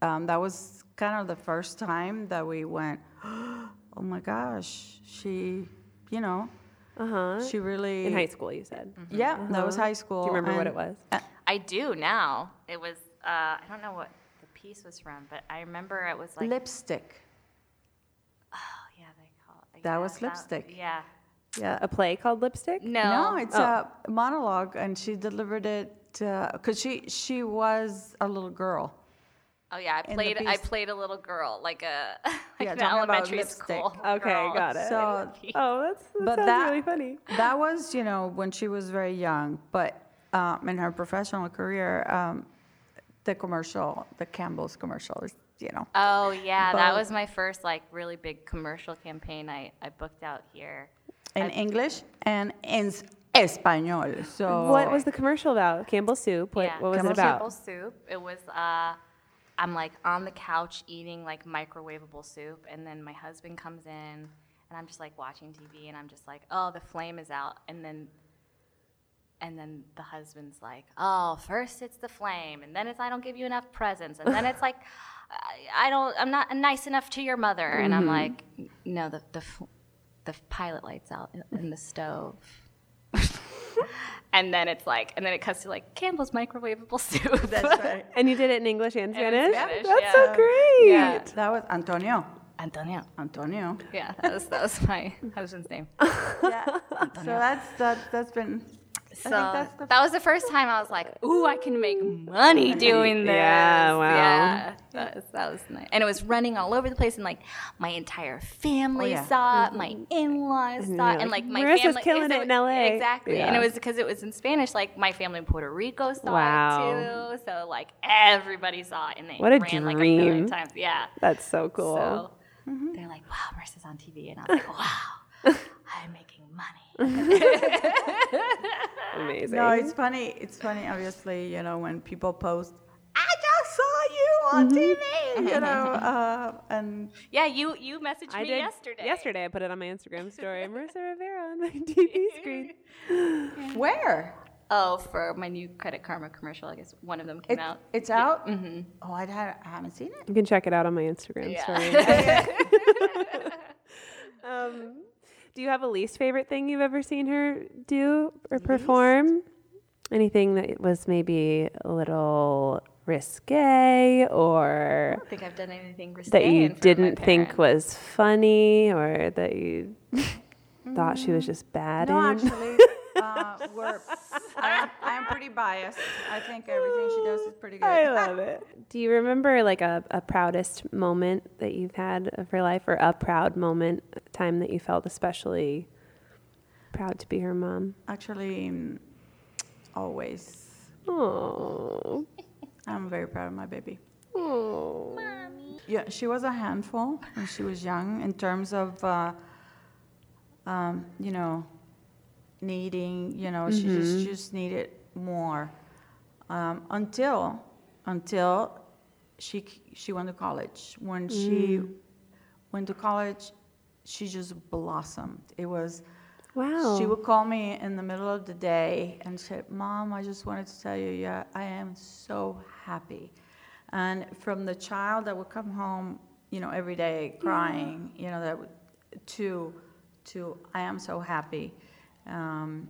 Um, that was kind of the first time that we went, oh my gosh, she, you know, Uh huh. she really. In high school, you said. Yeah, that was Uh-huh. high school. Do you remember what it and- was? I do now. It was uh, I don't know what the piece was from, but I remember it was like Lipstick. oh yeah they call it, That yeah, was lipstick. Yeah. Yeah. A play called Lipstick. No. No, it's Oh. a monologue, and she delivered it because she she was a little girl. oh yeah, I the played I piece- played a little girl like a like Yeah, an talking about elementary lipstick. school. Okay, girl. got it. So- oh, that's that But sounds that really funny. That was you know when she was very young, but um, in her professional career, um, the commercial, the Campbell's commercial, is you know. Oh yeah, that But- was my first like really big commercial campaign I, I booked out here. in English and in s- Espanol. So What was the commercial about? Campbell soup. What, Yeah. what was it Campbell's about? Maple soup. It was uh, I'm like on the couch eating like microwavable soup, and then my husband comes in, and I'm just like watching TV, and I'm just like, oh, the flame is out, and then. And then the husband's like, "Oh, first it's the flame, and then it's I don't give you enough presents, and then it's like, I, I don't, I'm not nice enough to your mother." And Mm-hmm. I'm like, "No, the the, f- the pilot lights out in, in the stove, and then it's like, and then it cuts to like Campbell's microwavable soup. That's right. And you did it in English and And in Spanish? Spanish, That's yeah. so great. Yeah. That was Antonio. Antonio. Antonio. Yeah, that was, that was my husband's name. Yeah. so that's that. That's been. So I think that's the. that was the first time I was like, "Ooh, I can make money doing this." Yeah, wow. Yeah, that was, that was nice. And it was running all over the place, and like my entire Oh, family yeah. saw it, my in-laws And saw you're it, and like, like my Mm-hmm. "Marissa's family killing it in LA. exactly. Yeah. And it was because it was in Spanish. Like my family in Puerto Rico saw Wow. it too, so like everybody saw it, and they What a ran like a million dream. times. Yeah, That's so cool. Mm-hmm. so they're like, "Wow, Marissa's on TV," and I was like, "Wow, I'm making money." Amazing. No, it's funny. It's funny. Obviously, you know when people post, I just saw you on TV. You know, uh, and Yeah, you you messaged I me did yesterday. Yesterday, I put it on my Instagram story. Marissa Rivera on my TV screen. where Oh, for my new Credit Karma commercial, I guess one of them came It- out. it's out. Mm-hmm. Oh, I, ha- I haven't seen it. You can check it out on my Instagram story. um, do you have a least favorite thing you've ever seen her do or perform? Anything that was maybe a little risque or I don't think I've done anything risque that in you front of my didn't think parents. was funny or that you thought she was Mm-hmm. just bad No, in? actually, uh, we're. I, I am pretty biased. I think everything she does is pretty good. I love it. Do you remember like a, a proudest moment that you've had of her life or a proud moment, a time that you felt especially proud to be her mom? Actually, mm, always. Oh. I'm very proud of my baby. Oh. Yeah, she was a handful when she was young in terms of, uh, um, you know, needing, you know, she just, she just needed more um, until, until she, c- she went to college. When she went to college, she just blossomed. It was, Wow. she would call me in the middle of the day and say, Mom, I just wanted to tell you, yeah, I am so happy. And from the child that would come home, you know, every day crying, you know, that would, to, to, I am so happy. Um,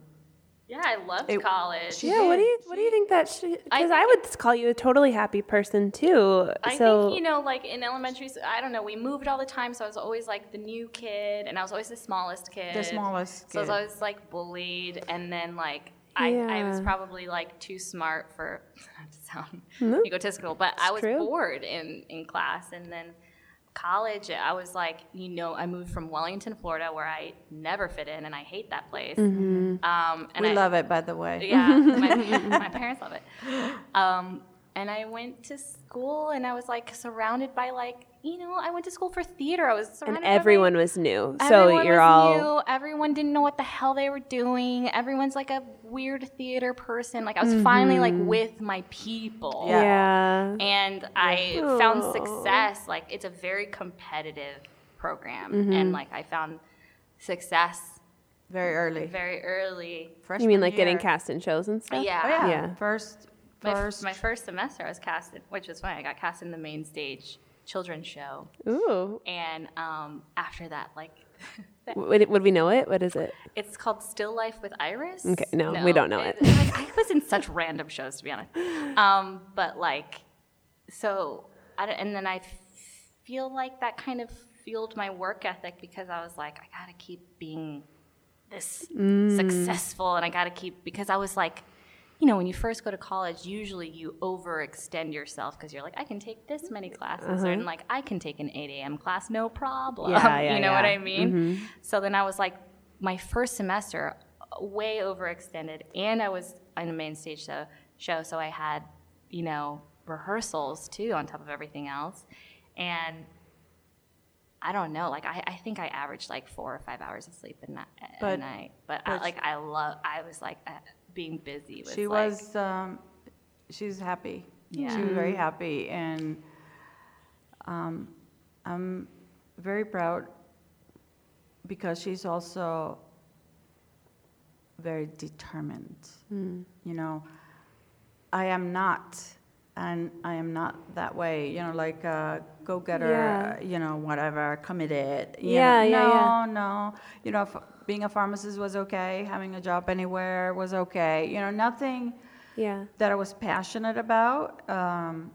Yeah, I loved It- college. she- yeah, what do you what do you think that she I cuz I, would call you a totally happy person too. I so think you know, like in elementary, s- I don't know. We moved all the time, so I was always like the new kid, and I was always the smallest kid. The smallest So I was kid. always like bullied, and then like I, I was Yeah. probably like too smart for not to sound egotistical, but I was true. bored in in class, and then college, I was like, you know, I moved from Wellington, Florida, where I never fit in, and I hate that place. Mm-hmm. Um, and we I, love it, by the way. yeah, my, my parents love it. Um, and I went to school, and I was like surrounded by like you know, I went to school for theater. I was and surrounded by, like, everyone was new. so everyone you're was all new. Everyone didn't know what the hell they were doing. Everyone's like a weird theater person. Like I was finally like with my people Yeah. Mm-hmm. yeah. and I found success. Like it's a very competitive program, Mm-hmm. and like I found success Very early. very early. You mean Freshman like getting year. cast in shows and stuff? Oh, Yeah. yeah. Yeah. First, My, f- first. my first semester, I was cast, in, which was funny. I got cast in the main stage children's show, Ooh. and um, after that, like. Would, it- would we know it? What is it? It's called Still Life with Iris. Okay, no, we don't know it. I, I was in such random shows, to be honest. Um, but like, so, I don't, and then I feel like that kind of fueled my work ethic because I was like, I gotta keep being this Mm. successful, and I gotta keep because I was like. You know, when you first go to college, usually you overextend yourself because you're like, I can take this many Uh-huh. classes, or and like I can take an 8 a.m. class, no problem. Yeah, yeah, you know what yeah. Mm-hmm. I mean? So then I was like, my first semester, uh, way overextended, and I was on the main stage so, show, so I had, you know, rehearsals too on top of everything else. And I don't know, like I, I think I averaged like four or five hours of sleep a, ni- a But- night, but, I, but- like I love, I was like uh, being busy. Was she like, was um, she's happy she was Yeah. very happy and um, i'm very proud because she's also very determined you know i am not and I am not that way. You know, like uh, go getter. Yeah. You know, whatever, committed. You Yeah, know, yeah, no, yeah. no. You know, f- being a pharmacist was okay. Having a job anywhere was okay. You know, nothing Yeah. that I was passionate about, um,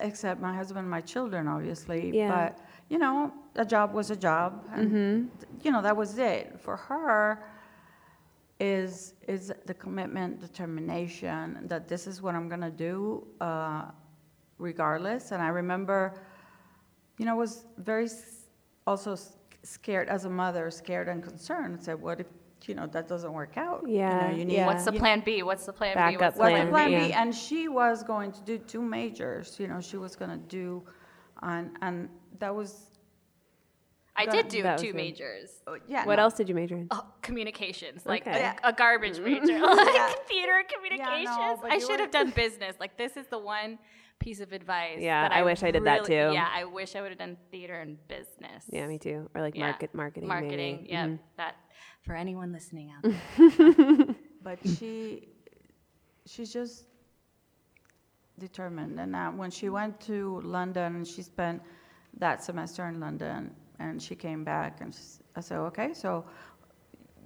except my husband and my children, obviously. Yeah. Mm-hmm. But, you know, a job was a job. And, th- You know, that was it. For her, is is the commitment, determination that this is what I'm going to do uh, regardless. And I remember, you know, I was very s- also s- scared as a mother, scared and concerned. Said, what if, you know, that doesn't work out? Yeah, You know, you need, yeah. What's the you- plan B? What's the plan B? Backup What's the was plan plan, plan B, yeah. and she was going to do two majors. You know, she was going to do, and and that was I did do That was two good. majors. oh, yeah. What no, else did you major in? Oh, communications, like Okay. a, a garbage Mm-hmm. major, like theater communications. but I you should were- have done business. Like this is the one piece of advice. Yeah, that I wish I did that really- too. Yeah, I wish I would have done theater and business. Yeah, me too. Or like Yeah. market marketing. maybe. Mm-hmm. marketing. Yeah, that for anyone listening out there. But she, she's just determined. And uh, when she went to London, and she spent that semester in London, and she came back, and she, s- I said, okay, so,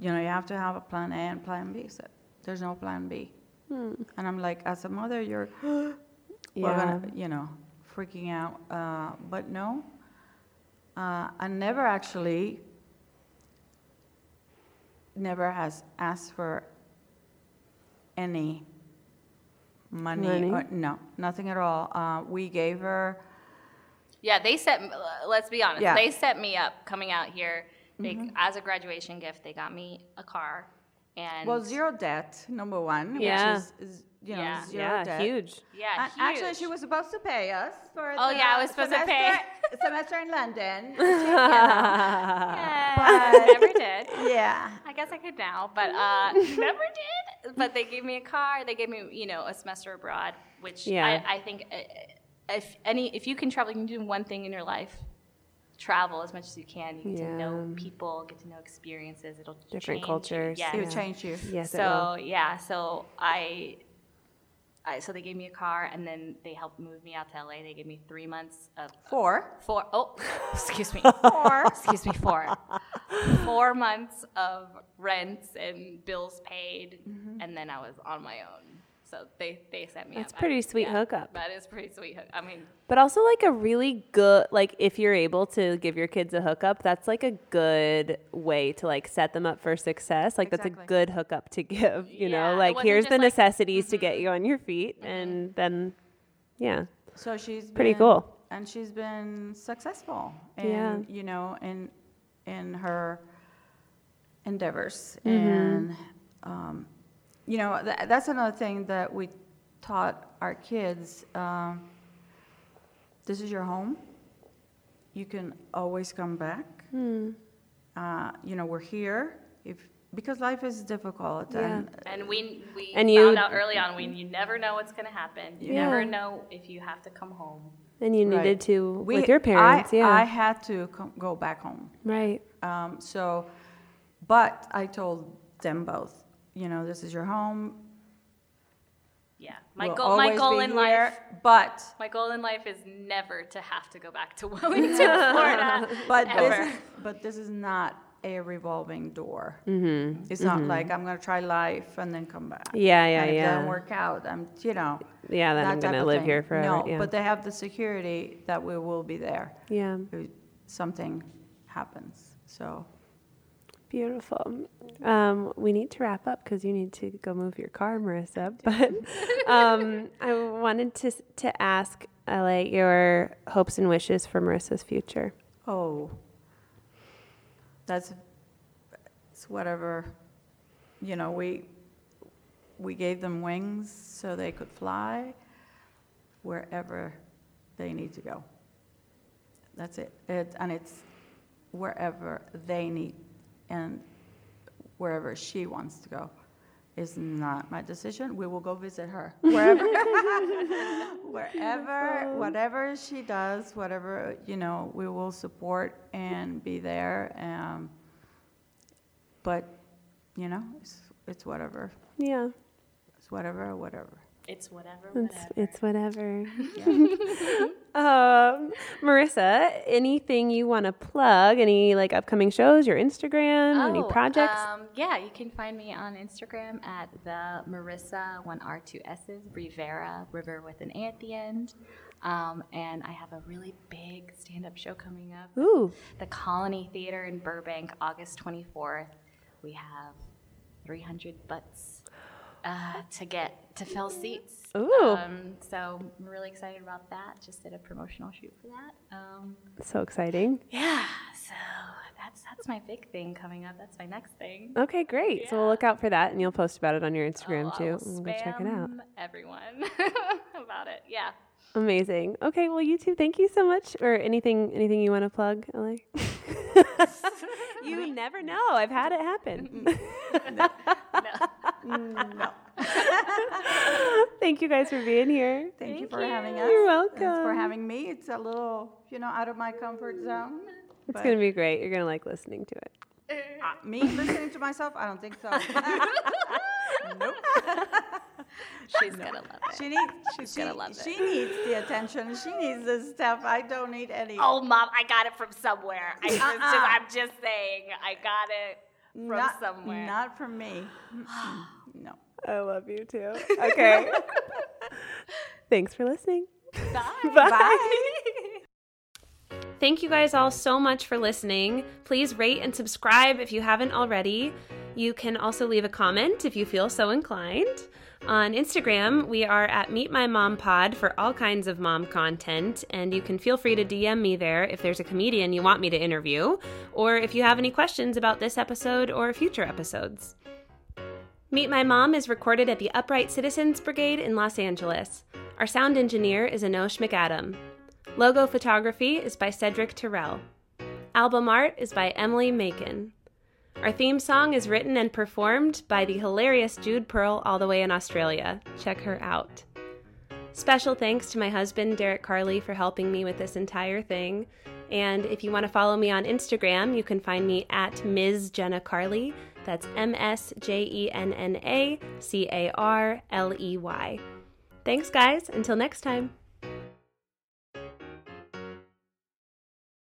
you know, you have to have a plan A and plan B. So there's no plan B. And I'm like, as a mother, you're we're Yeah. gonna, you know, freaking out. Uh, but no, uh, I never actually, never has asked for any money, Money? or no, nothing at all. Uh, we gave her. Yeah, they set. m- uh, Let's be honest. Yeah. They set me up coming out here. They, Mm-hmm. as a graduation gift, they got me a car, and Well, zero debt, number one, Yeah. which is, is you know, Yeah. zero Yeah, debt. huge. Yeah, And actually, she huge. was supposed to pay us for. Oh, the yeah, I was supposed to pay. semester- semester in London. Yeah, But- never did. yeah. I guess I could now, but uh, never did. But they gave me a car. They gave me, you know, a semester abroad, which Yeah. I, I think uh, if any, if you can travel, you can do one thing in your life. Travel as much as you can. You get to know Yeah. people, get to know experiences. It'll Different change you. cultures, Yes. It Yeah. would change you. Yes, it So will. yeah, so I, I, so they gave me a car, and then they helped move me out to LA. They gave me three months of Four. four oh excuse me four excuse me four four months of rents and bills paid and then i was on my own so they they sent me Mm-hmm. That's up. I- pretty sweet hookup. that is pretty sweet hook- i mean But also like a really good like if you're able to give your kids a hookup, that's like a good way to like set them up for success. Like that's a Exactly. good hookup to give, you Yeah, know? it Like wasn't here's the just, like- mm-hmm. necessities to get you on your feet and then yeah. So she's Pretty been- cool. and she's been successful, in, Yeah. you know, in in her endeavors, Mm-hmm. and um, you know, tha that's another thing that we taught our kids. Um, this is your home. You can always come back. Hmm. Uh, you know, we're here if because life is difficult, and and we we And found you- out early on when you never know what's going to happen you never Yeah. know if you have to come home And you needed Right. to we- with your parents, I, yeah. I had to co- go back home. right. Um, so, but I told them both, you know, this is your home. yeah my we'll goal my always goal be in here, life But, my goal in life is never to have to go back to wellington florida but ever. this, is, but this is not a revolving door. It's not like I'm gonna try life and then come back. Mm-hmm. Yeah, yeah, and If it yeah. doesn't work out, I'm, you know. Yeah, then that I'm gonna type of live thing. here forever. No, yeah. but they have the security that we will be there yeah. if something happens. So, Beautiful. Um, we need to wrap up because you need to go move your car, Marissa. But um, I wanted to to ask LA your hopes and wishes for Marissa's future. oh, that's it's whatever you know we we gave them wings so they could fly wherever they need to go that's it, it and it's wherever they need and wherever she wants to go is not my decision we will go visit her wherever wherever whatever she does whatever you know we will support and be there um, but you know, it's, it's whatever. Yeah, It's whatever, whatever. It's whatever. It's, whatever. it's whatever. um, Marissa, anything you want to plug? Any like upcoming shows, your Instagram, any Oh, projects? Um, yeah, you can find me on Instagram at the Marissa one R two S's Rivera River with an A at the end. Um, and I have a really big stand up show coming up. Ooh, The Colony Theater in Burbank, August twenty fourth. We have three hundred butts uh, to get to fill seats. Ooh. Um, so I'm really excited about that. Just did a promotional shoot for that. Um, so exciting. yeah, so that's that's my big thing coming up. That's my next thing. Okay, great. So we'll look out for that and you'll post about it on your Instagram Oh, I too. will We'll go check it out. spam Everyone about it. Yeah. Amazing. Okay, well you two, thank you so much. Or anything anything you want to plug, LA? you never know. I've had it happen. Thank you guys for being here. Thank, you for having us. You're Thanks for welcome. having me. It's a little, you know, out of my comfort zone. It's gonna be great. You're gonna like listening to it. Uh, me listening to myself? I don't think so. nope. She's gonna love it. She needs. She's she, gonna love it. She needs the attention. She needs this stuff. I don't need any. Oh mom, I got it from somewhere. I was just, Uh-uh. I'm just saying I got it from not, somewhere. Not from me. Mm-mm. no. I love you too. Okay. Thanks for listening. Thank you guys all so much for listening. Please rate and subscribe if you haven't already. You can also leave a comment if you feel so inclined. On Instagram, we are at Meet My Mom Pod for all kinds of mom content, and you can feel free to DM me there if there's a comedian you want me to interview, or if you have any questions about this episode or future episodes. Meet My Mom is recorded at the Upright Citizens Brigade in Los Angeles. Our sound engineer is Anosh McAdam. Logo photography is by Cedric Terrell. Album art is by Emily Macon. Our theme song is written and performed by the hilarious Jude Pearl, all the way in Australia. Check her out. Special thanks to my husband, Derek Carley, for helping me with this entire thing. And if you want to follow me on Instagram, you can find me at Ms. Jenna Carley. That's M S J E N N A C A R L E Y. Thanks, guys. Until next time.